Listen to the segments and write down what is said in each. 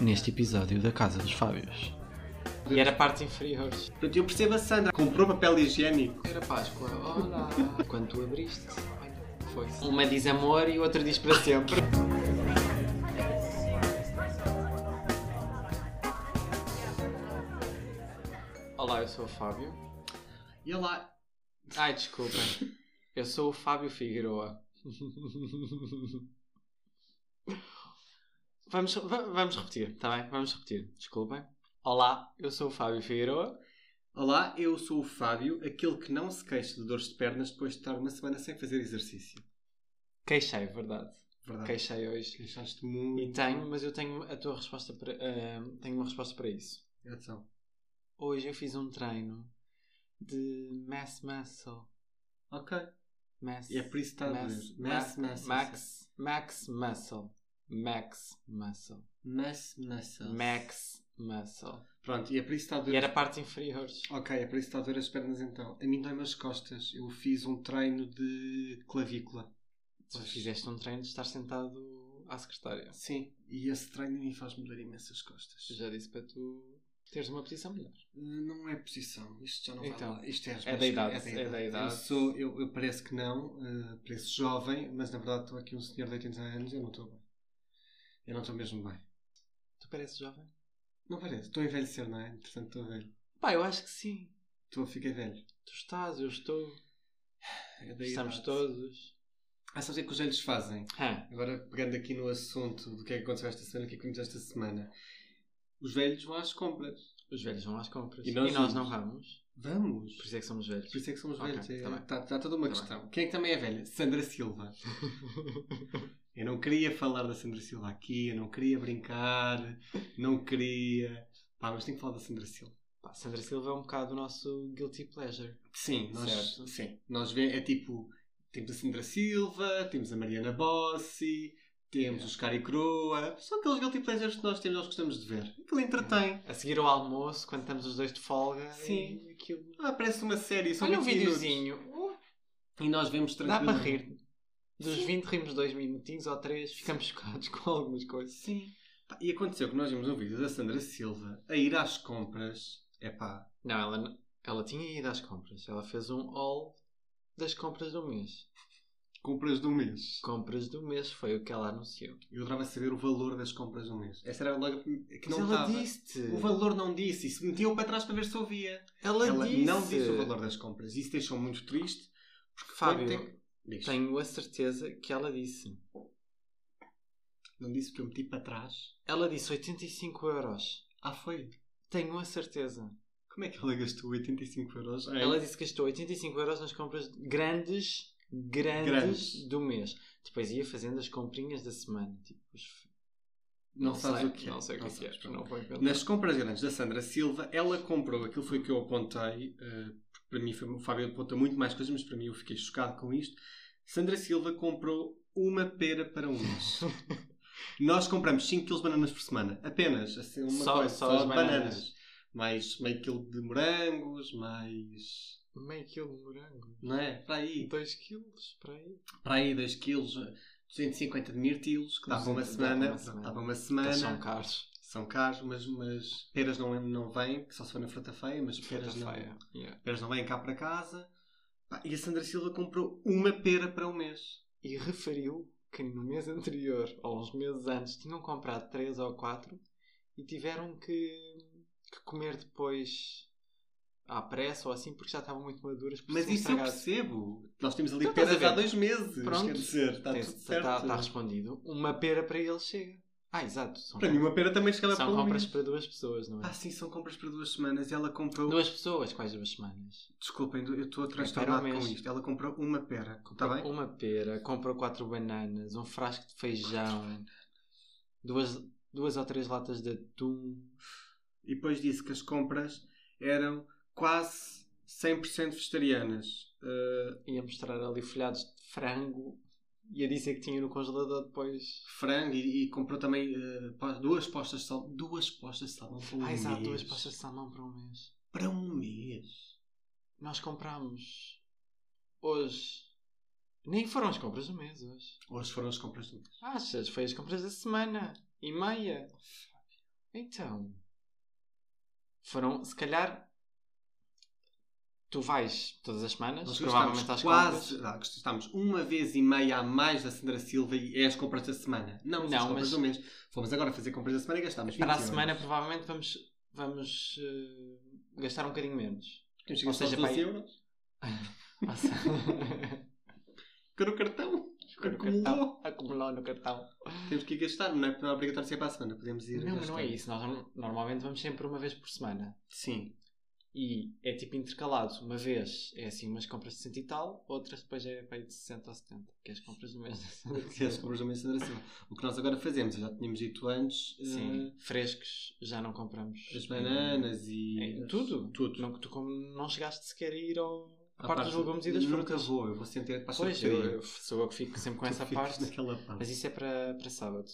neste episódio da Casa dos Fábios. E era partes inferiores. Portanto, eu percebo a Sandra. Comprou papel higiênico. Era Páscoa. Olá! Quando tu abriste, olha, foi. Uma diz amor e outra diz para sempre. Olá, eu sou o Fábio. E lá. Ai, desculpem. Eu sou o Fábio Figueroa. Vamos, va- vamos repetir, está bem? Vamos repetir, desculpem. Olá, eu sou o Fábio Figueroa. Olá, eu sou o Fábio, aquele que não se queixa de dores de pernas depois de estar uma semana sem fazer exercício. Queixei, verdade. Verdade. Queixei hoje. Ah. Queixaste E muito. tenho, mas eu tenho a tua resposta para. ah, tenho uma resposta para isso. Atenção. Hoje eu fiz um treino de mass muscle. Ok. Mass, E é por isso que está a mass, doer. max, Mass muscle. max, max muscle. Max muscle. Mass muscles. Max muscle. Pronto, e é por isso que está a doer. E era partes inferiores. Ok, é por isso que está a doer as pernas então. A mim dói-me as costas. Eu fiz um treino de clavícula. Tu fizeste um treino de estar sentado à secretária. Sim. E esse treino a mim faz-me doer imensas costas. Eu já disse para tu teres uma posição melhor. Não é posição, isto já não Então, vai lá. Isto é, as é minhas- da idade, é da idade. Eu, sou, eu, eu pareço que não, eh, pareço jovem, mas na verdade estou aqui um senhor de 80 anos e eu não estou bem. Eu não estou mesmo bem. Tu pareces jovem? Não parece, estou a envelhecer, não é? Portanto, estou velho. Pá, eu acho que sim. Estou a ficar velho. Tu estás, eu estou. É da Estamos idade. todos. Ah, sabes o que é que os velhos fazem? Hã? Agora, pegando aqui no assunto do que é que aconteceu esta semana, o que é que comemos esta semana. Os velhos vão às compras. Os velhos vão às compras. E nós não vamos. vamos. Vamos! Por isso é que somos velhos. Por isso é que somos Ok, velhos. tá bem. Está toda uma Tá questão. Quem é que também é velha? Sandra Silva. eu não queria falar da Sandra Silva aqui, eu não queria brincar, não queria. Pá, mas tenho que falar da Sandra Silva. Pá, Sandra Silva é um bocado o nosso guilty pleasure. Sim, nós. Certo. Sim. Nós vê, é tipo. Temos a Sandra Silva, temos a Mariana Bossi, temos Yeah. os Cari Croa. São aqueles guilty pleasures que nós temos, nós gostamos de ver. Aquilo entretém. A seguir ao almoço, quando estamos os dois de folga. Sim. e Aquilo... Ah, parece uma série, são Olha um 20 minutos. videozinho. E nós vemos Dá para tranquilamente. rir. Dos 20 rimos dois minutinhos ou três, ficamos chocados com algumas coisas. Sim. Pá, E aconteceu que nós vimos um vídeo da Sandra Silva a ir às compras. É pá, Não, ela, n- ela tinha ido às compras. Ela fez um all das compras do mês. compras do mês. Compras do mês foi o que ela anunciou. Eu adorava saber o valor das compras do mês. Essa era logo a prim- que Mas não ela estava. disse. O valor não disse. E se metiam para trás para ver se ouvia. Ela, Ela disse. não disse o valor das compras. Isso deixou muito triste. Porque Fábio, ontem- Diz. Tenho a certeza que ela disse. Não disse porque eu meti para trás. Ela disse 85 euros. Ah, foi? Tenho a certeza. Como é que ela gastou 85 euros? em- Ela disse que gastou 85 euros nas compras grandes, grandes, Grandes. do mês. Depois ia fazendo as comprinhas da semana. Tipo, os- Não, sabes sei, o que é. Não sei o que, é. sabes, pronto. Não foi pelo- Nas compras grandes da Sandra Silva, ela comprou aquilo foi que eu apontei, eh, porque para mim foi, o Fábio aponta muito mais coisas, mas para mim eu fiquei chocado com isto. Sandra Silva comprou uma pera para um mês. Nós compramos 5 kg de bananas por semana, apenas, assim, uma Só- coisa, só só as de bananas. bananas. Mais meio quilo de morangos, mais. Meio quilo de morango. Não é? Para aí. 2 quilos, para aí. Para aí 2 quilos, 250 de mirtilos, que dava Dava uma uma semana. semana. Dava uma Eles semana. Então são Tá caros. São caros, mas, mas peras não, não vêm, que só se for na fruta feia, mas peras, Fruta não, Tá feia. Yeah. peras não vêm cá para casa. Pá, E a Sandra Silva comprou uma pera para um mês. E referiu que no mês anterior, ou uns meses antes, tinham comprado 3 ou 4 e tiveram que, que comer depois à pressa ou assim porque já estavam muito maduras. porque Mas tinham isso é eu estragado. percebo. Nós temos ali Então, estás peras a ver? há dois meses. Pronto. Quer dizer, está Tem- tudo certo. tá- tá respondido. Uma pera para ele chega. Ah, exato. São, Para mim, uma pera também chegava são para um compras mês. para duas pessoas, não é? Ah, sim, são compras para duas semanas. Ela comprou. duas pessoas, quais duas semanas? Desculpem, eu estou é? ao transtornado mês. um. com isto. Ela comprou uma pera. Está bem? Uma pera, comprou quatro bananas, um frasco de feijão, duas, duas ou três latas de atum. E depois disse que as compras eram quase 100% vegetarianas. Ah, Ia mostrar ali folhados de frango. Ia dizer que tinha no congelador depois. frango e, e comprou também eh, po- duas postas de salmão. Duas postas de salmão para um ah, mês. exato, duas pastas de salmão para um mês. Para um mês. Nós comprámos hoje. Nem foram as compras do mês hoje. Ah, Hoje foram as compras do um mês. Achas? Foi as compras da semana e meia. Então. Foram, se calhar. Tu vais todas as semanas, Nós provavelmente às gastámos quase, compras. ah, gastámos uma vez e meia a mais da Sandra Silva e é as compras da semana. Não, Não, não, compras mas- do mês. Fomos agora fazer compras da semana e gastámos 20 Para a euros. semana, provavelmente, vamos, vamos eh, gastar um bocadinho menos. Temos que ou gastar seja, 12 pai- euros. Ou seja- Quero o cartão. Quero o cartão. Acumulou no cartão. Temos que ir gastar, não é, não é obrigatório ser para a semana. Podemos ir Não, mas gastar. não é isso. Nós norm- normalmente vamos sempre uma vez por semana. Sim. E é tipo intercalado. Uma vez é assim umas compras de 60 e tal, outras depois é para aí de 60 ou 70. Que é as compras do mês da Sandra Se as Silva. compras do mês de Sandra Silva. O que nós agora fazemos, já tínhamos dito antes, eh, Sim, frescos já não compramos. as bananas e... É, tudo. Tudo. Não, tu como não chegaste sequer a ir ao, à À parte dos legumes e das Ah, Nunca frutas. vou, eu vou sempre direto para a Pois, eu, charcutaria. eu- sou eu que fico sempre com Tu essa ficas parte. naquela parte. Mas isso é para, para sábado.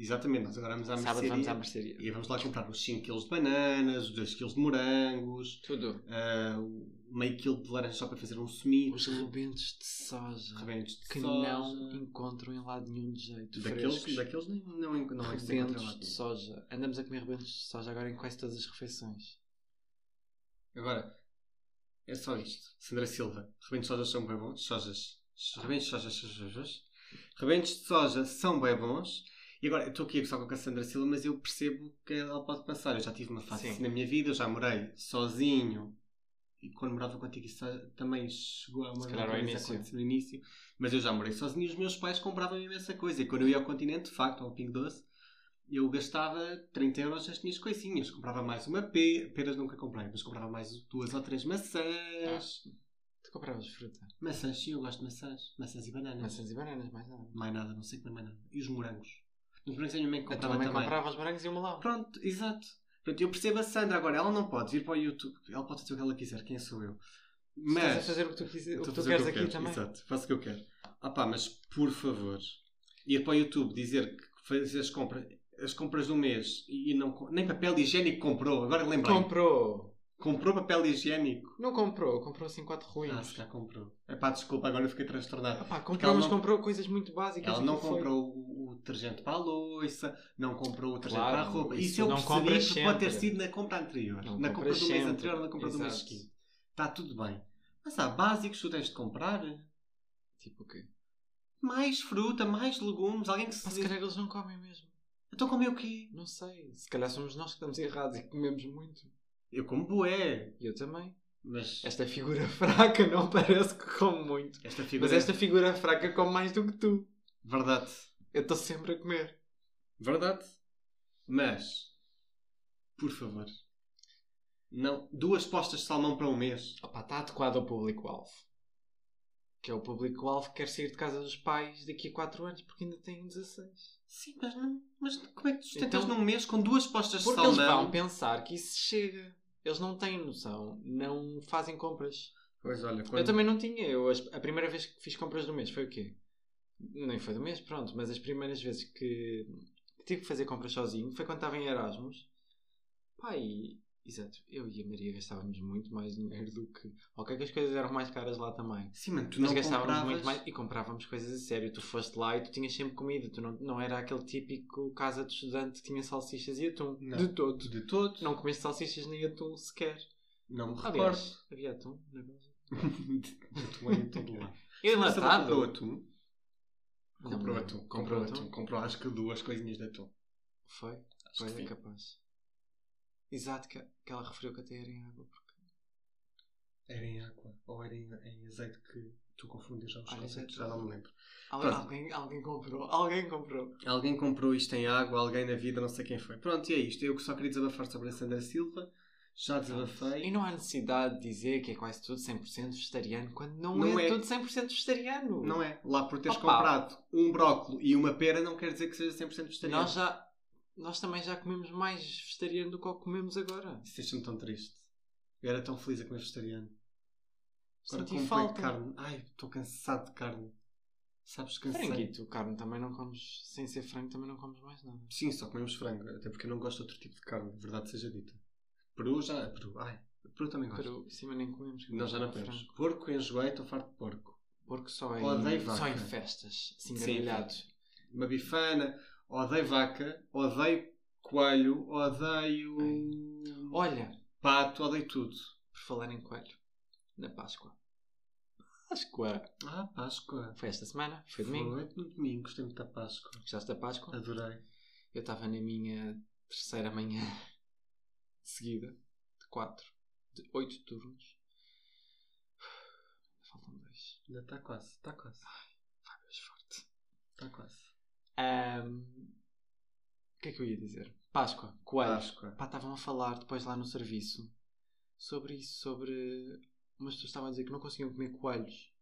Exatamente, nós agora vamos à sábado mercearia. vamos à mercearia. E vamos lá comprar os 5 kg de bananas, os 2 kg de morangos, Tudo. ah, o meio quilo de laranja só para fazer um sumido, Os rebentos de soja. rebentos de que soja. não encontram em lado nenhum de jeito. Daqueles, frescos. daqueles nem, não, não, não é que se encontra lá. rebentos de soja. Andamos a comer rebentos de soja agora em quase todas as refeições. Agora, é só isto. Sandra Silva, rebentos de soja são bem bons. Sojas. Rebentos de soja, sojas. Rebentos de soja são bem bons. E agora, eu estou aqui a gostar com a Sandra Silva, mas eu percebo que ela pode pensar. Eu já tive uma fase Sim. assim na minha vida, eu já morei sozinho. E quando morava contigo, isso também chegou a morar calhar ao também isso início. aconteceu no início. Mas eu já morei sozinho e os meus pais compravam imensa coisa. E quando eu ia ao continente, de facto, ao Pingo Doce, eu gastava 30 euros nas minhas coisinhas. Comprava mais uma pera, peras nunca comprei, mas comprava mais duas ou três maçãs. Ah. Tu compravas fruta. Maçãs, sim, eu gosto de maçãs. Maçãs e bananas. Maçãs e bananas, mais nada. Mais nada, não sei comer mais nada. E os morangos. Os morangos a minha mãe A tua comprava mãe também. comprava os morangos e o melão. Pronto, exato. Pronto, eu percebo a Sandra agora, ela não pode vir para o YouTube, ela pode fazer o que ela quiser, quem sou eu? Mas... Mas Estás a fazer o que tu, quiser, eu o que estou a tu fazer o queres que eu aqui quero, também. Exato, faço o que eu quero. Ah pá, mas por favor, ir para o YouTube dizer que fez as compras, as compras do mês e não co- nem papel higiênico comprou, agora lembrei. Comprou! comprou papel higiênico. Não comprou, comprou assim quatro ruins. Ah, se já comprou. É pá, desculpa, agora eu fiquei transtornado. Epá, Porque comprou, ela mas não- comprou coisas muito básicas. Ela não aquilo foi- comprou o, o detergente para a louça, não comprou o detergente Claro, para a roupa. isso Isso, eu não percebi compras que pode ter sempre. sido na compra anterior. Não na compra compras do mês sempre. anterior ou na compra do mês Exato. seguinte. Está tudo bem. Mas há básicos que tu tens de comprar. Tipo o quê? Mais fruta, mais legumes. Alguém que Pá, se... se calhar eles não comem mesmo. Então comer o quê? Não sei. Se calhar somos nós que estamos errados e que comemos muito. Eu como bué. E eu também. Mas Esta figura fraca não parece que come muito. esta figura... é Mas esta figura fraca come mais do que tu. Verdade. Eu estou sempre a comer. Verdade. Mas, por favor, não. Duas postas de salmão para um mês. Opa, está adequado ao público-alvo. Que é o público-alvo que quer sair de casa dos pais daqui a 4 anos porque ainda tem 16. Sim, mas, não, mas como é que tu sustentas Então- num mês com duas postas de Porque eles salmão? vão pensar que isso chega. Eles não têm noção. Não fazem compras. Pois olha, Eu também não tinha. Eu, as- a primeira vez que fiz compras do mês foi o quê? Nem foi do mês, pronto. Mas as primeiras vezes que, que tive que fazer compras sozinho foi quando estava em Erasmus. Pá, e, exato. Eu e a Maria gastávamos muito mais dinheiro do que. Ok, que as coisas eram mais caras lá também. Sim, mano, tu Mas não gastávamos compravas... muito mais e comprávamos coisas a sério. Tu foste lá e tu tinhas sempre comida. Tu não, não era aquele típico casa de estudante que tinha salsichas e atum. Não. De todo. De todo. Não comeste salsichas nem atum sequer. Não me recordo. Aliás, havia atum na Bélgica. Atum em todo lado. Comprou Enlatado. atum. Não, Comprou não. atum. Comprou Comprou atum. atum. Comprou acho que duas coisinhas de atum. Foi? Acho Pois que é sim. capaz. Exato, que, que ela referiu que até era em água. porque- Era em água ou era em, em azeite que tu confundes já os Ah, conceitos, azeite. já não me lembro. Al- Pronto. alguém, alguém comprou, alguém comprou. Alguém comprou isto em água, alguém na vida, não sei quem foi. Pronto, e é isto. Eu que só queria desabafar sobre a Sandra Silva. Já desabafei. E não há necessidade de dizer que é quase tudo 100% vegetariano quando não, Não é, é. tudo 100% vegetariano. Não é. Lá por teres Opa. comprado um brócolo e uma pera não quer dizer que seja 100% vegetariano. Nós já. Nós também já comemos mais vegetariano do que o que comemos agora. Isso deixa-me tão triste. Eu era tão feliz a comer vegetariano. Agora Senti como falta. carne. Ai, estou cansado de carne. Sabes, cansei. Franguito, carne também não comes, sem ser frango, também não comes mais nada. Sim, só comemos frango. Até porque eu não gosto de outro tipo de carne, verdade seja dita. Peru já... Peru, ai. Peru também gosto. Peru, cima nem comemos. Nós já não comemos frango. comemos. Porco, enjoei, estou farto de porco. Porco só em, Odeio só em vaca. festas, assim, Sim. gargalhado. uma bifana, odeio vaca, odeio Coelho, odeio. Olha, Pato, odeio tudo. por falar em coelho, na Páscoa. Páscoa! Ah, Páscoa. Foi esta semana, foi Ah. domingo. Foi no domingo, gostei muito da Páscoa. Gostaste da Páscoa? Adorei. Eu estava na minha terceira manhã seguida, de quatro, de oito turnos. Faltam dois. Ainda está quase, está quase. Vai mais forte. Está quase. Ahm, o que é que eu ia dizer? Páscoa, coelhos. Páscoa. Pá, estavam a falar depois lá no serviço sobre isso, sobre. Umas pessoas estavam a dizer que não conseguiam comer coelhos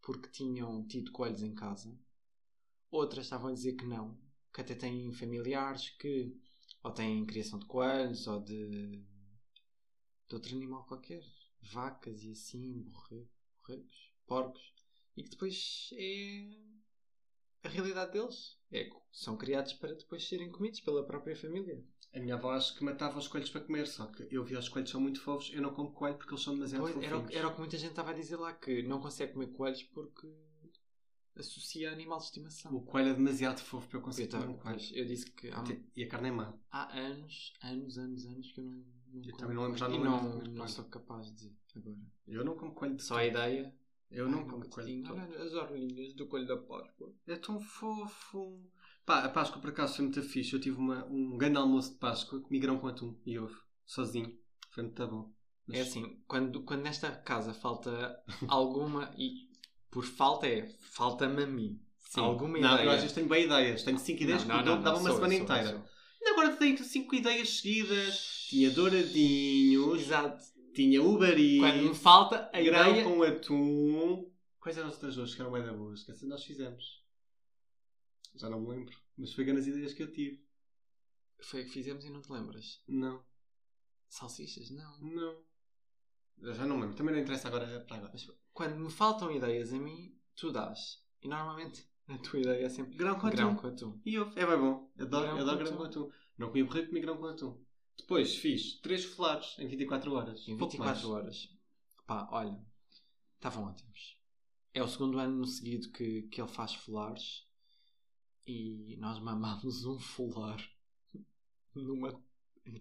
porque tinham tido coelhos em casa. Outras estavam a dizer que não, que até têm familiares que ou têm criação de coelhos ou de. de outro animal qualquer. Vacas e assim, borre- borregos, porcos. E que depois é a realidade deles é que são criados para depois serem comidos pela própria família. A minha avó acho que matava os coelhos para comer, só que eu vi os coelhos são muito fofos, eu não como coelho porque eles são demasiado Pois, fofos. era, o, que- era o que muita gente estava a dizer lá, que não consegue comer coelhos porque associa a animal de estimação. O coelho é demasiado fofo para eu Eu, conseguir tava- comer um coelho. eu disse que há, Até- E a carne é má. há anos, anos, anos, anos que eu não. não Eu como também não lembro, já coelho. não E lembro de comer não, não coelho. sou capaz de agora. Eu não como coelho de Só a todo. ideia. Eu não Ai, como nunca é coelho tinha. de todo. Olha as orelhinhas do coelho da Páscoa. É tão fofo. Pá, a Páscoa por acaso foi muito fixe. Eu tive uma- um grande almoço de Páscoa, comi grão com atum e ovo, sozinho. Foi muito bom. Mas É assim, quando, quando nesta casa falta alguma, e por falta é, falta-me a mim. sim. alguma não, ideia. eu às vezes tenho bem ideias. Tenho 5 ideias que eu dou- dava uma sou, semana sou, inteira. sou. Ainda Agora tenho 5 ideias seguidas. Tinha douradinhos, Exato. tinha Uber Quando me Eats, falta a grão ideia. com atum. Quais eram as outras duas que eram bem da boas? Que essas nós fizemos. Já não me lembro. Mas foi grandes ideias que eu tive. Foi a que fizemos e não te lembras. Não. Salsichas? Não. Não. Eu já não lembro. Também não interessa agora para agora. Mas quando me faltam ideias a mim, tu dás. E normalmente a tua ideia é sempre Grão com grão atum. com atum. E ovo. É bem bom. Adoro Grão grão, adoro com grão com atum. Não comi burrito, comi grão com atum. Depois fiz 3 folares em 24 horas. Em Pouco mais. 24 horas. Pá, olha, estavam ótimos. É o segundo ano no seguido que, que ele faz folares. E nós mamámos um folar numa.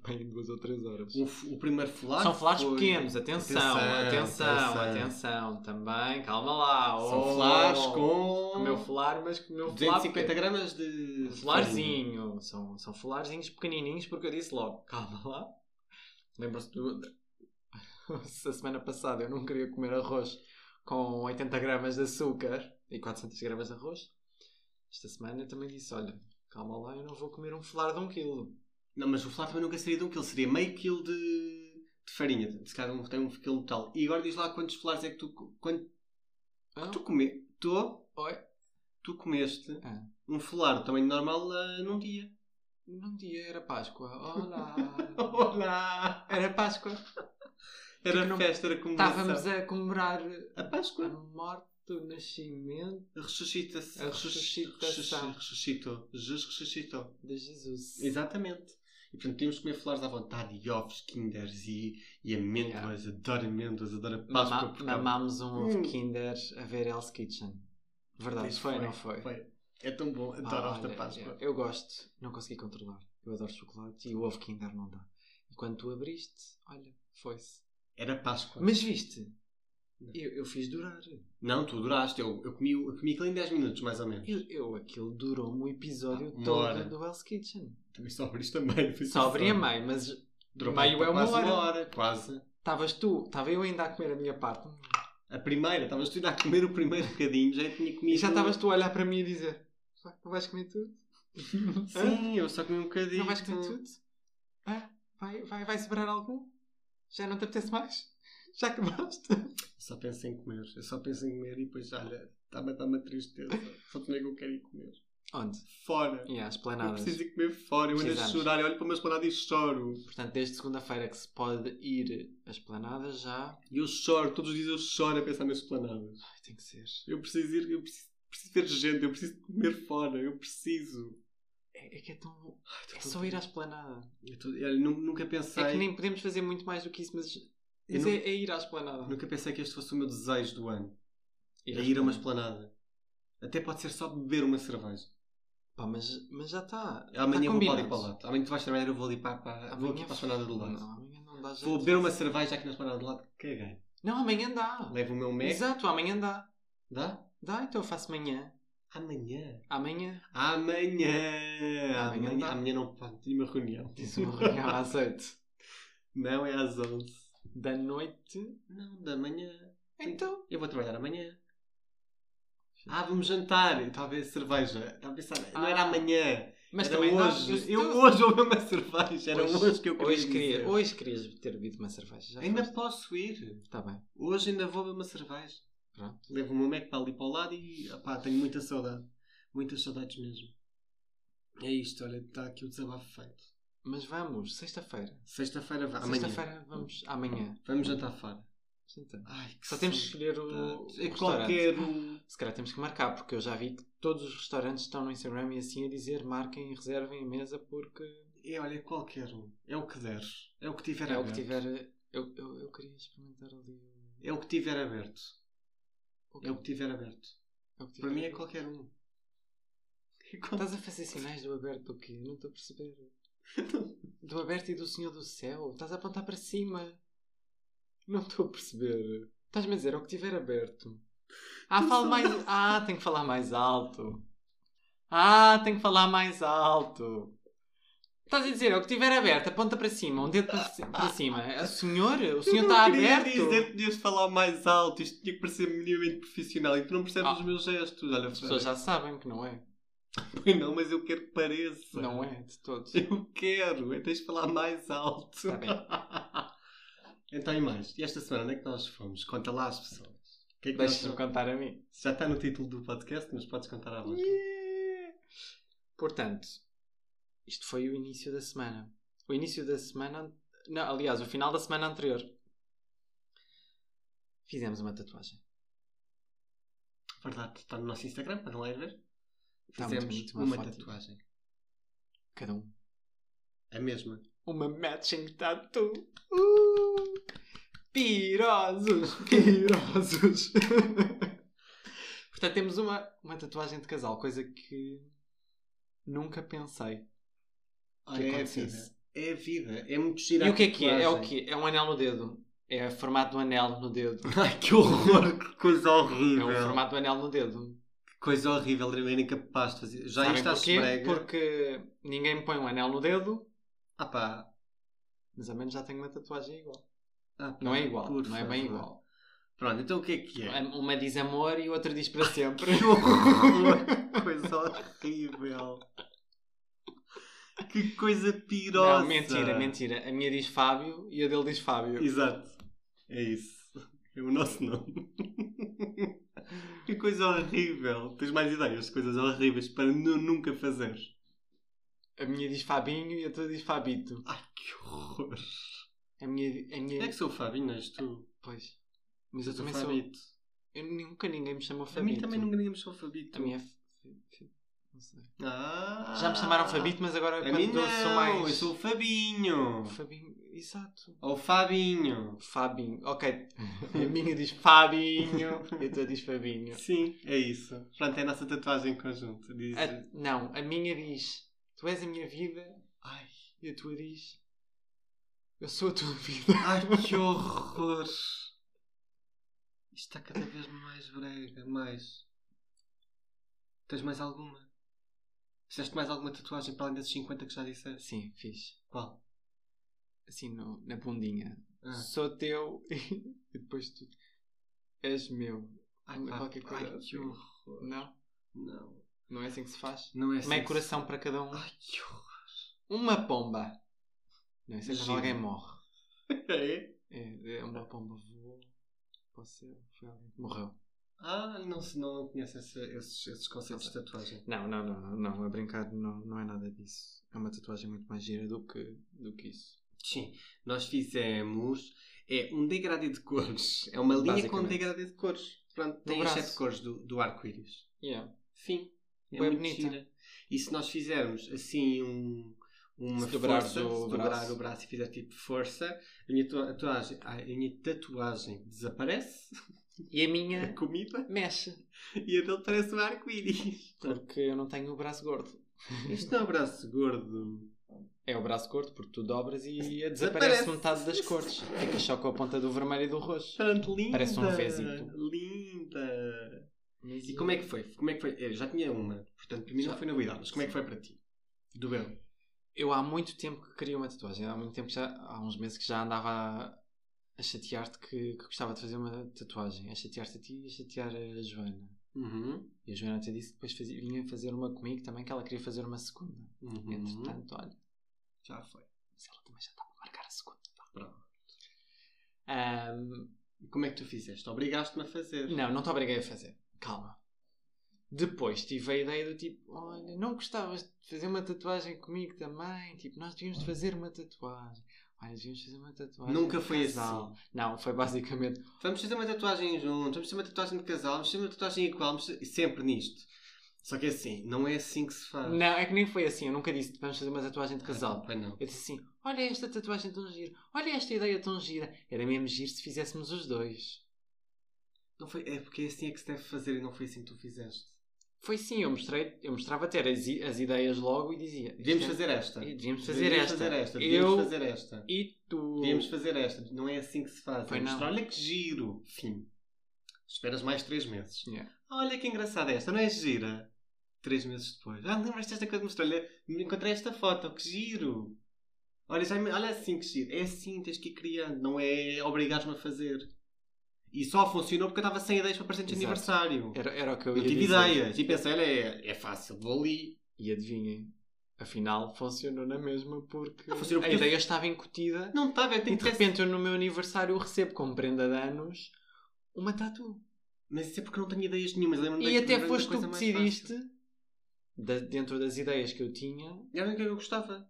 Bem, em duas ou três horas. O, f- o primeiro Um folar. São folares foi- pequenos, atenção, atenção, atenção, atenção. também, calma lá. São Oh, folares com. Comeu folar, mas comeu folar. 250 pequeno. gramas de. um farinha. Folarzinho. São, são folarzinhos pequenininhos, porque eu disse logo, calma lá. Lembra-se do. Se a semana passada eu não queria comer arroz com 80 gramas de açúcar e 400 gramas de arroz. Esta semana eu também disse, olha, calma lá, eu não vou comer um folar de um quilo. Não, mas o folar também nunca seria de um quilo. Seria meio quilo de, de farinha. Se calhar um- tem um quilo de tal. E agora diz lá quantos folares é que tu. co- Quanto, Ah, tu comeste. Tu. Oi? tu comeste Ah. um folar do tamanho normal ah, num dia. Num dia era Páscoa. Olá! Olá! Era Páscoa. Era Tipo, não- festa, era comemoração. Estávamos a comemorar A a Páscoa. morte, o nascimento A ressuscita-se. A ressuscitação. ressusci- Ressuscitou. Jesus ressuscitou. de Jesus. Exatamente. E portanto, tínhamos que comer folares à vontade. E ovos, kinders e, e amêndoas. Adoro amêndoas, adoro a Páscoa. Mama- porque- mamámos um ovo Hum. Kinder a ver Hell's Kitchen. Verdade, Pois foi, ou não foi? É tão bom. Ah, Adoro ovos da olha, Páscoa. Eu gosto, não consegui controlar. Eu adoro chocolate e o ovo Kinder não dá. E quando tu abriste, olha, foi-se. Era Páscoa. Mas viste? Não. Eu, eu fiz durar. Não, tu adoraste. Eu, eu, comi, eu comi aquilo em 10 minutos, mais ou menos. Eu, eu- aquilo durou-me o episódio Ah, uma todo hora. do Hell's Kitchen. Também só abriste também. foi Só abri a só- meio, mas Durou Meio quase é uma hora. uma hora. Quase. estavas tu, estava eu ainda a comer a minha parte. A primeira, estavas tu ainda a comer o primeiro bocadinho, já tinha comido. E já estavas tu a olhar para mim e dizer: "Vai, Não vais comer tudo? Sim, eu só comi um bocadinho. Não vais comer tudo? Ah, vai, vai, vai sobrar algum? Já não te apetece mais? Já acabaste? Só penso em comer, eu só penso em comer e depois, olha, está-me a dar uma tristeza. Só também que eu quero ir comer. Onde? Fora. E às Eu planadas. preciso ir comer fora, eu ando a Precisamos. chorar, eu olho para uma esplanada e choro. Portanto, desde segunda-feira que se pode ir às planadas já. E eu choro, todos os dias eu choro a pensar nas esplanadas. Ai, tem que ser. Eu preciso ir, eu preciso, preciso ver gente, eu preciso comer fora, eu preciso. É, é que é tão. Ai, tô É tão só ir à triste. esplanada. Eu tô- olha, nu- nunca pensei. É que nem podemos fazer muito mais do que isso, mas, eu mas nu- é, é ir à esplanada. Nunca pensei que este fosse o meu desejo do ano. É Ir a à ir a uma esplanada. esplanada. Até pode ser só beber uma cerveja. Pá, mas, mas já tá. está. Amanhã eu vou para ali para o lado. Amanhã tu vais trabalhar, eu vou ali para, para, vou aqui para a esplanada do lado. Não, amanhã não dá jeito. Vou beber uma é cerveja aqui na esplanada do lado. Caguei. Não, amanhã dá. Levo o meu Mac. Exato, amanhã dá. Dá? Dá, então eu faço amanhã. Amanhã. Amanhã. Amanhã. Amanhã Amanhã, dá. amanhã não pode. Tenho uma reunião. Diz uma reunião às 8 Não é às 11. da noite. Não, da manhã. Então, Eu vou trabalhar amanhã. Ah, vamos jantar. Talvez cerveja. Estava a pensar, não era Ah. amanhã. mas era também hoje. dá. Eu, tu- hoje ouvi uma cerveja. Era hoje, que eu queria. hoje dizer. queria, hoje querias ter bebido uma cerveja. Já Ainda foste? posso ir. Tá bem. Hoje ainda vou beber uma cerveja. Pronto. Levo o meu Mac para ali para o lado e opá, tenho muita saudade. Muitas saudades mesmo. É isto, olha, está aqui o desabafo feito. Mas vamos, sexta-feira. Sexta-feira vai. Amanhã. Sexta-feira vamos amanhã. Vamos jantar fora. Sentamos. Ai, que Só temos que escolher saudades. o. É o qualquer restaurante. um. Se calhar temos que marcar, porque eu já vi que todos os restaurantes estão no Instagram e assim a dizer marquem e reservem a mesa porque É, olha, é qualquer um. É o que der. É o que tiver é o aberto. que tiver. Eu, eu, eu queria experimentar ali. É o que tiver aberto. o- É o que tiver aberto. é o que tiver Para mim é aberto. qualquer um. É qual- Estás a fazer sinais do aberto do quê? Não estou a perceber. Do aberto e do Senhor do Céu. Estás a apontar para cima. Não estou a perceber. Estás-me a dizer, é o que tiver aberto. Ah, Tu falo só- mais. Ah, tenho que falar mais alto. Ah, tenho que falar mais alto. Estás a dizer, é o que tiver aberto, aponta para cima, um dedo para, ci- para cima. O senhor? O Eu senhor não está queria tá aberto? dizer que podias falar mais alto. Isto tinha que parecer minimamente profissional. E tu não percebes Ah. os meus gestos. Olha, As pessoas já sabem que não é. Pois não, mas eu quero que pareça. Não é, de todo. Eu quero. É tens de falar mais alto. Tá bem. então e mais? E esta semana onde é que nós fomos? Conta lá às pessoas. O que é que nós Deixa-me fomos? contar a mim. Já está no título do podcast, mas podes contar à vontade. Yeah. Portanto, isto foi o início da semana. O início da semana. Não, aliás, o final da semana anterior. Fizemos uma tatuagem. Verdade, está no nosso Instagram, para lá ir ver. Está muito Fizemos bonito, uma uma, foto. tatuagem. Cada um. A mesma. Uma matching tattoo. Uh! Pirosos! Pirosos! Portanto, temos uma, uma tatuagem de casal, coisa que nunca pensei que é a acontecesse. vida. É a vida. É muito gira. E a o que é que é? É o tatuagem. quê? É um anel no dedo. É o formato do anel no dedo. Ai, que horror. Que coisa É horrível. o formato do anel no dedo. Que coisa horrível. Eu era incapaz de fazer. Já Sabem isto à porquê? esprega. Porque ninguém me põe um anel no dedo, Ah pá. mas ao menos já tenho uma tatuagem igual. Ah, pá, Não é igual, por não é bem favor. igual. Pronto, então o que é que é? Uma diz amor e outra diz para sempre. Que horror! Que coisa horrível! Que coisa pirosa! não, mentira, mentira. A minha diz Fábio e a dele diz Fábio. Exato, é isso. É o nosso nome. Que coisa horrível! Tens mais ideias de coisas horríveis para nu- nunca fazer? A minha diz Fabinho e a tua diz Fabito. Ai que horror! É. A minha. A minha... É que sou o Fabinho, és tu? Pois. Mas eu Sou também o sou. Fabito. Eu nunca ninguém me chamou A Fabito. mim também nunca ninguém me chamou Fabito. A minha. é F- F- F- Não sei. Ah. Já me chamaram Fabito, mas agora A quando mim eu não, sou mais. eu sou o Fabinho! Fabinho, exato. Ou Fabinho! Fabinho, ok. A minha diz Fabinho e a tua diz Fabinho. Sim, é isso. Pronto, é a nossa tatuagem em conjunto. Diz. A- não, a minha diz Tu és a minha vida Ai, e a tua diz Eu sou a tua vida. ai, que horror! Isto está cada vez mais brega, mais. Tens mais alguma? Fizeste mais alguma tatuagem para além desses 50 que já disseste? Sim, fiz. Qual? Assim no- na bundinha. Ah. Sou teu e depois tu és meu. Ai, Uma- pá, qualquer coisa ah, ai, que assim. horror! Não? Não, Não é assim que se faz? não é assim. Meio que coração para cada um. se- Ai, que horror! Uma pomba. Não, isso é quando Giro. alguém morre. É? É, é uma pomba voou. Pode ser, foi alguém que morreu. Ah, não, se- não conheço esse- esses, esses conceitos de tatuagem. Não, não, não, não, não, a brincar não, não é nada disso. É uma tatuagem muito mais gira do que, do que isso. Sim, nós fizemos é um degradê de cores. É uma linha com um Basicamente. degradê de cores. Pronto, No tem as sete braço. cores do, do arco-íris. Yeah. Fim. É Bem muito bonita. gira. E se nós fizermos assim um, uma Se dobrares força, o se dobrar braço. o braço e fizer tipo força, a minha tatua- tatuagem, a minha tatuagem desaparece, E a a minha comida, mexe, e a dele parece um arco-íris. porque eu não tenho o braço gordo. Isto não é braço gordo. É o braço gordo porque tu dobras e desaparece Desaparece. metade das cores. Fica só com a ponta do vermelho e do roxo. Portanto, linda. Parece um vezito. Linda. E como é que foi? Como é que foi? Eu já tinha uma, portanto, para mim não Já. foi novidade, mas como é que foi para ti? Doeu. Eu há muito tempo que queria uma tatuagem. Há muito tempo que já, há uns meses que já andava a, a chatear-te que, que gostava de fazer uma tatuagem. A chatear-te a ti e a chatear a Joana. Uhum. E a Joana até disse que depois fazia- vinha fazer uma comigo também, que ela queria fazer uma segunda. Uhum. Entretanto, olha, Já foi. mas ela também já está para marcar a segunda. pá. Pronto. Ahm, E como é que tu fizeste? Obrigaste-me a fazer. Não, não te obriguei a fazer. Calma. Depois tive a ideia do tipo: olha, não gostavas de fazer uma tatuagem comigo também? Tipo, nós devíamos de fazer uma tatuagem. Olha, devíamos fazer uma tatuagem. Nunca de foi assim. casal. Não, foi basicamente. Vamos fazer uma tatuagem juntos, vamos fazer uma tatuagem de casal, vamos fazer uma tatuagem igual, vamos fazer... sempre nisto. Só que é assim, não é assim que se faz. Não, é que nem foi assim. Eu nunca disse: vamos fazer uma tatuagem de casal. Pois não. Eu disse assim: olha esta tatuagem tão gira, olha esta ideia tão gira. Era mesmo giro se fizéssemos os dois. não foi... É porque é assim é que se deve fazer e não foi assim que tu fizeste. Foi sim, eu mostrei, eu mostrava até as, i- as ideias logo e dizia: Devíamos isto é- fazer esta. Devíamos fazer Devíamos esta. fazer esta. Eu- Devíamos fazer esta. E tu. Devíamos fazer esta. Não é assim que se faz. Pois É não. mostrar, Olha que giro. Fim. Esperas mais três meses. Yeah. Olha que engraçada esta. Não é gira? Três meses depois. Ah, lembras desta coisa que mostrou? Olha, me encontrei esta foto. Que giro. Olha, já me- olha assim que giro. É assim, tens que ir criando. Não é obrigares-me a fazer. E só funcionou porque eu estava sem ideias para presentes de Exato. aniversário. Era, era o que eu Não ia tive dizer. ideias. E pensei, olha, é, é fácil. Vou ali. E adivinhem, afinal funcionou na mesma porque, Não, funcionou a porque- ideia estava incutida. Não estava. Eu e tenho de que ter- repente eu no meu aniversário recebo como prenda de anos uma tatu. Mas isso é porque não tenho ideias nenhumas. Lembro-me E da- até lembro-me da foste tu é coisa que mais fácil. decidiste, da- dentro das ideias que eu tinha, Era o que eu gostava.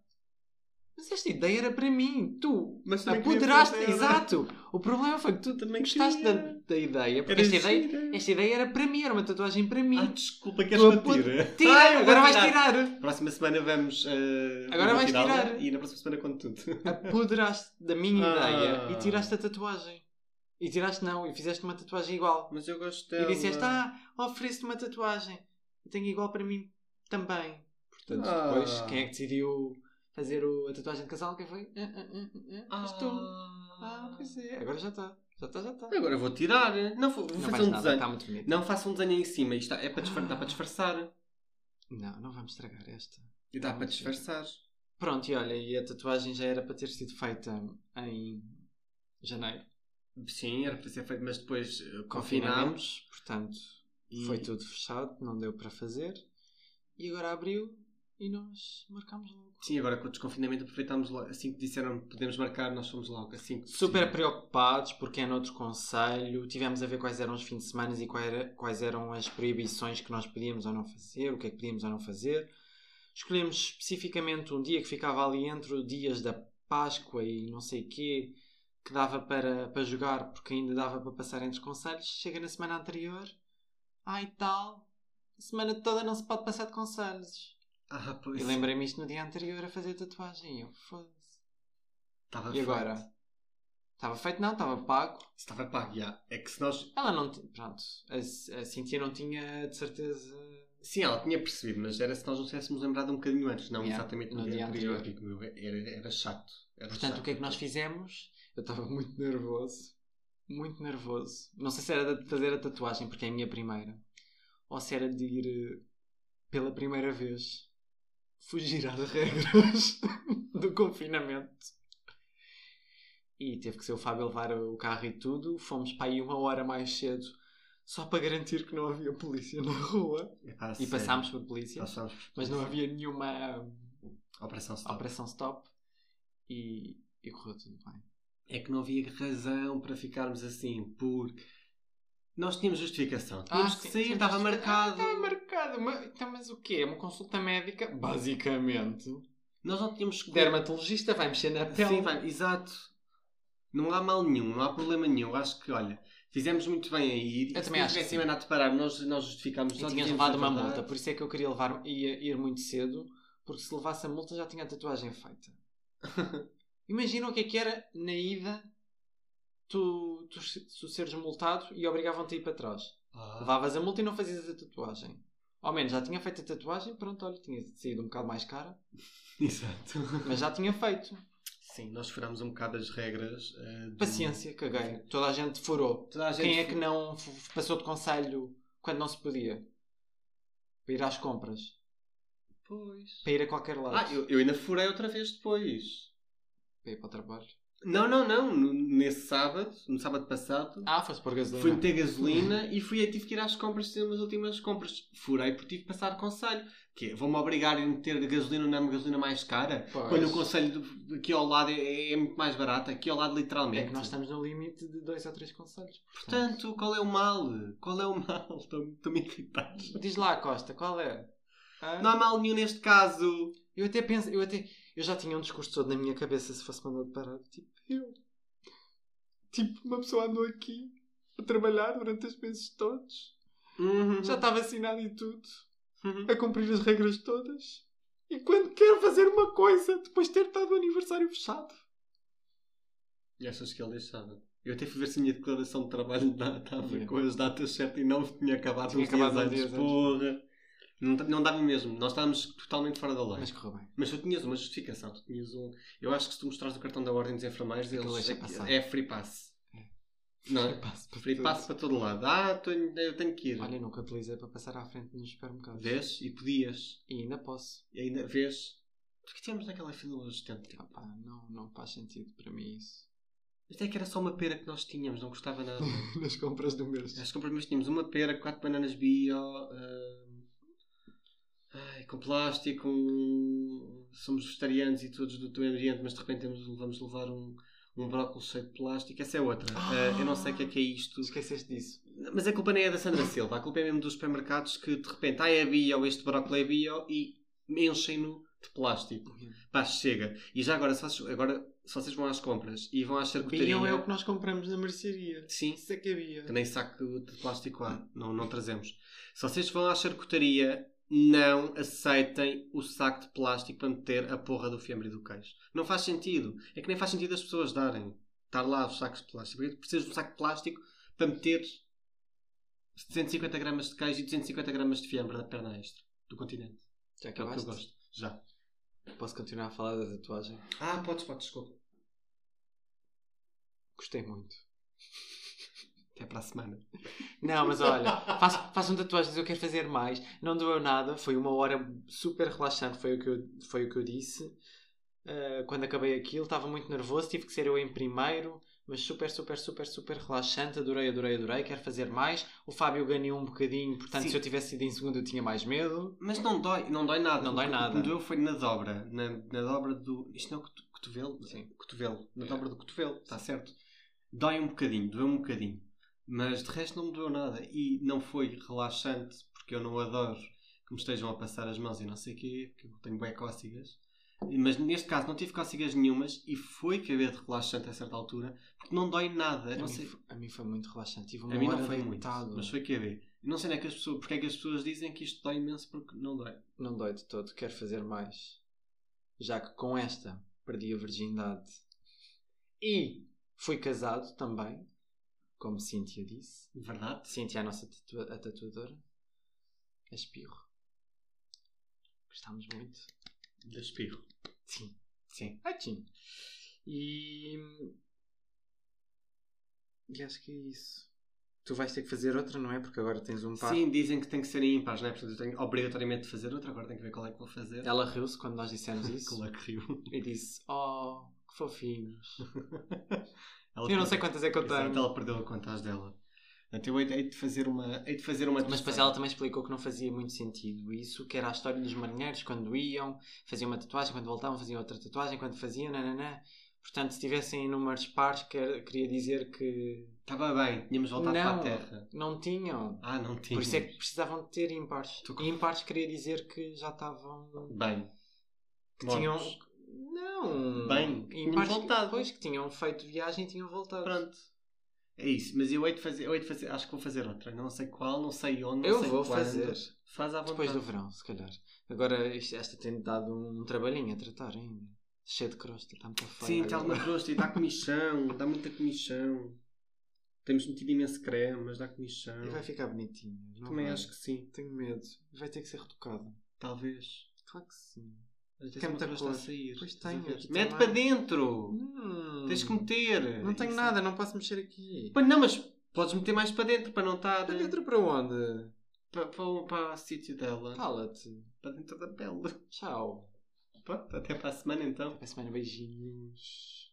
mas esta ideia era para mim, tu. Mas Apoderaste, exato. O problema foi que tu Também gostaste da, queria. da ideia, porque esta ideia, esta ideia era para mim, era uma tatuagem para mim. Ah, desculpa, Tu queres que É eu aponta- tire? Tira, Ai, eu vou agora vais tirar. Próxima semana vamos. eh, Agora vamos vais tirá-la tirar. E na próxima semana conto tudo. apoderaste da minha Ah. ideia e tiraste a tatuagem. E tiraste não, e fizeste uma tatuagem igual. Mas eu gosto E disseste, ah, ofereço-te uma tatuagem. Eu tenho igual para mim também. Portanto, Ah. depois, quem é que decidiu fazer o- a tatuagem de casal? Quem foi? Ah, ah, ah, ah, foste tu. Ah, pois é. Agora já está. Já está, já está. Agora vou tirar. é. Não, vou, vou Não fazer faz um nada, desenho. está muito bonito. Não, faça um desenho em cima. Isto é para disfarçar. Dá para disfarçar. Não, não vamos estragar esta. E dá Ah, para sim. disfarçar. Pronto, e olha, e a tatuagem já era para ter sido feita em janeiro. Sim, era para ser feito, mas depois eh, confinámos. Confinamos, portanto, E... Foi tudo fechado, não deu para fazer. E agora abriu e nós marcámos um logo. Sim, agora com o desconfinamento aproveitámos logo. Assim que disseram que podemos marcar, nós fomos logo. Assim que Super possível. preocupados porque é noutro conselho. Tivemos a ver quais eram os fins de semana e quais, era- quais eram as proibições que nós podíamos ou não fazer, o que é que podíamos ou não fazer. Escolhemos especificamente um dia que ficava ali entre os dias da Páscoa e não sei quê, que dava para, para jogar porque ainda dava para passar entre os conselhos. Chega na semana anterior, ai tal, a semana toda não se pode passar de conselhos. Ah, pois. E lembrei-me isto no dia anterior a fazer tatuagem. E eu, foda-se. Estava E feito. agora? Estava feito, não, estava pago. Estava pago, já. É que se nós. Ela não. ti- Pronto. A, a Cintia não tinha de certeza. Sim, ela tinha percebido, mas era se nós não tivéssemos lembrado um bocadinho antes, não Yeah, exatamente no, no dia, dia anterior. anterior. Digo eu, Era, era chato. Era Portanto, chato. o que é que nós fizemos? Eu estava muito nervoso. Muito nervoso. Não sei se era de fazer a tatuagem, porque é a minha primeira. Ou se era de ir eh, pela primeira vez fugir às regras do confinamento. E teve que ser o Fábio a levar o carro e tudo. Fomos para aí uma hora mais cedo só para garantir que não havia polícia na rua. Epá, E É sério. passámos por polícia, Passámos por- mas não havia nenhuma Operação Stop. operação stop. E, e correu tudo bem. É que não havia razão para ficarmos assim, porque nós tínhamos justificação. Ah, Tínhamos que sim, sair, sim, estava mas- marcado. Ah, Estava marcado. Mas, então, mas o quê? Uma consulta médica? Basicamente. Nós não tínhamos que. Dermatologista vai mexer na pele. Sim, vai, exato. Não há mal nenhum, não há problema nenhum. Eu acho que, olha, fizemos muito bem aí. Eu Se também não acho que tivessem sim. mandado parar, nós, nós justificámos. E só tinhas dizemos levado a uma verdade. multa. Por isso é que eu queria levar, ia, ir muito cedo. Porque se levasse a multa já tinha a tatuagem feita. Imagina o que é que era na ida tu, tu, se- tu seres multado e obrigavam-te a ir para trás. Ah, Levavas a multa e não fazias a tatuagem. Ao menos já tinha feito a tatuagem, pronto, olha, tinha saído um bocado mais cara, Exato. mas já tinha feito. Sim, nós furámos um bocado as regras. eh, do- Paciência, caguei. Toda a gente furou. Toda a gente Quem é fu- que não f- f- passou de conselho quando não se podia? Para ir às compras. Pois. Para ir a qualquer lado. Ah, eu, eu ainda furei outra vez depois. Para ir para o trabalho. Não, não, não. no- nesse sábado, no sábado passado, Ah, fosse por gasolina. fui meter gasolina e fui, tive que ir às compras, fazer umas últimas compras. Furei porque tive que passar conselho. Que é, vão-me obrigar a ir meter gasolina na gasolina mais cara? Pois. Quando o conselho do- aqui ao lado é, é muito mais barato, aqui ao lado literalmente. É que nós estamos no limite de dois ou três conselhos. Portanto, qual é o mal? Qual é o mal? Estou-me estou-me a irritar. Diz lá, Costa, qual é? Hã? Não há mal nenhum neste caso. Eu até penso, eu até. Eu já tinha um discurso todo na minha cabeça se fosse mandado parar. Tipo, eu. Tipo, uma pessoa andou aqui a trabalhar durante os meses todos. Já está vacinado e tudo. Uhum. A cumprir as regras todas. E quando quero fazer uma coisa, depois de ter estado o aniversário fechado. E Achas que ele deixava? Eu até fui ver se a minha declaração de trabalho da- estava Yeah. com as datas certas e não tinha acabado Tinha uns acabado uns dias dias antes. Porra! Não, ta- não dava mesmo. Nós estávamos totalmente fora da lei. Mas Mas, correu bem. tu tinhas uma justificação. Tu tinhas um... Eu acho que se tu mostrares o cartão da Ordem dos Enfermeiros, Aquilo eles... deixa passar. é free pass. Não é? Passo por Free tudo. pass para todo lado. Ah, tenho- eu tenho que ir. Olha, nunca utilizei para passar à frente nos supermercados. Vês? E podias. E ainda posso. E ainda vês. Porquê tivemos naquela fila hoje tanto tempo? Ah pá, não, não faz sentido para mim isso. Até é que era só uma pera que nós tínhamos, não custava nada. Nas compras do mês. As compromissos tínhamos uma pera, quatro bananas bio, ahm, ai, com plástico, um- somos vegetarianos e todos do teu ambiente, mas de repente temos, vamos levar um, um brócolis cheio de plástico. Essa é outra. Ah! Ah, eu não sei o que é que é isto. Esqueceste disso. Mas a culpa nem é da Sandra Silva, a culpa é mesmo dos supermercados que de repente, ai, é bio, este brócolis é bio e enchem-no de plástico. Pá, chega. E já agora se, vocês, agora, se vocês vão às compras e vão à charcutaria... Bilhão é o que nós compramos na mercearia. Sim, Isso é que havia. que nem saco de plástico há, não, não trazemos. Se vocês vão à charcutaria, não aceitem o saco de plástico para meter a porra do fiambre e do queijo. Não faz sentido. É que nem faz sentido as pessoas darem. Estar lá os sacos de plástico. Eu preciso de um saco de plástico para meter 250 gramas de queijo e 250 gramas de fiambre da perna extra do continente. Já Que é o que eu acabaste? gosto. Já. Posso continuar a falar da tatuagem? Ah, podes, podes, desculpa. Gostei muito. Até para a semana. Não, mas olha, façam façam tatuagens, eu quero fazer mais. Não doeu nada, foi uma hora super relaxante, foi o que eu, foi o que eu disse. Ah, quando acabei aquilo, estava muito nervoso, tive que ser eu em primeiro, mas super, super, super, super relaxante. Adorei, adorei, adorei, quero fazer mais. O Fábio ganhou um bocadinho, portanto, Sim. se eu tivesse sido em segundo, eu tinha mais medo. Mas não dói, não dói nada. Não dói O que- nada. O que me doeu foi na dobra. Na, na dobra do. Isto não é coto- cotovelo? Sim. Cotovelo. Na É. dobra do cotovelo, está certo. Dói um bocadinho, doeu um bocadinho. Mas de resto não me doeu nada. E não foi relaxante, porque eu não adoro que me estejam a passar as mãos e não sei o quê, porque eu tenho bem cócegas. Mas neste caso não tive cócegas nenhumas e foi cabelo relaxante a certa altura, porque não dói nada. A não mim, sei. foi- um a mim foi muito relaxante, tive uma A mim hora não foi muito, deitado. mas foi QB. Não sei onde é que as pessoas, porque é que as pessoas dizem que isto dói imenso porque não dói. Não dói de todo, quero fazer mais. Já que com esta perdi a virgindade. E fui casado também, como Cíntia disse. Verdade? Cíntia é a nossa tatua- a tatuadora. A espirro. Gostámos muito. De espirro. Sim. Sim. Ah, sim. E... E acho que é isso. Tu vais ter que fazer outra, não é? Porque agora tens um par. Sim, dizem que tem que ser em ímpares, não é? Portanto, eu tenho obrigatoriamente de fazer outra, agora tenho que ver qual é que vou fazer. Ela riu-se quando nós dissemos isso. Ela que riu. e disse, oh, que fofinho. Ela Eu não sei quantas é que eu Exato, tenho. Ela perdeu a conta às dela. Portanto, eu hei de- hei de fazer uma. Hei de fazer uma Mas depois terceira. ela também explicou que não fazia muito sentido isso, que era a história dos marinheiros, quando iam, faziam uma tatuagem, quando voltavam, faziam outra tatuagem, quando faziam, nananã. Portanto, se tivessem em números pares, quer, queria dizer que Estava bem, tínhamos voltado Não. para a Terra. não tinham. Ah, não tinha. Por isso é que precisavam de ter ímpares. Tu- E ímpares queria dizer que já estavam. Bem. que Mortos. tinham. Não! Bem, ímpares tinham voltado. Pois, que tinham feito viagem e tinham voltado. Pronto. É isso, mas eu hei de fazer, eu hei de fazer, acho que vou fazer outra. Não sei qual, não sei onde, não Eu sei vou quando. fazer. Faz à vontade. Depois do verão, se calhar. Agora, isto- esta tem dado um trabalhinho a tratar ainda. Cheio de crosta, está muito feio. Sim, tem alguma crosta e dá comichão, dá muita comichão. Temos metido imenso creme, mas dá comichão. E vai ficar bonitinho. não Também vai? acho que sim. Tenho medo. Vai ter que ser retocado. Talvez. Claro que sim. Até Tem uma muita coisa cor. a sair. Pois Estás a tem, ver? aqui Mete também. para dentro. Hum. Tens que meter. Não tenho Isso. é nada, não posso mexer aqui. Pá, não, mas podes meter mais para dentro para não estar. eh, Para dentro para onde? Para, para, o- para o sítio dela. Ah. Cala-te. Para dentro da pele. Tchau. Pronto, até para a semana então. Até para a semana, beijinhos.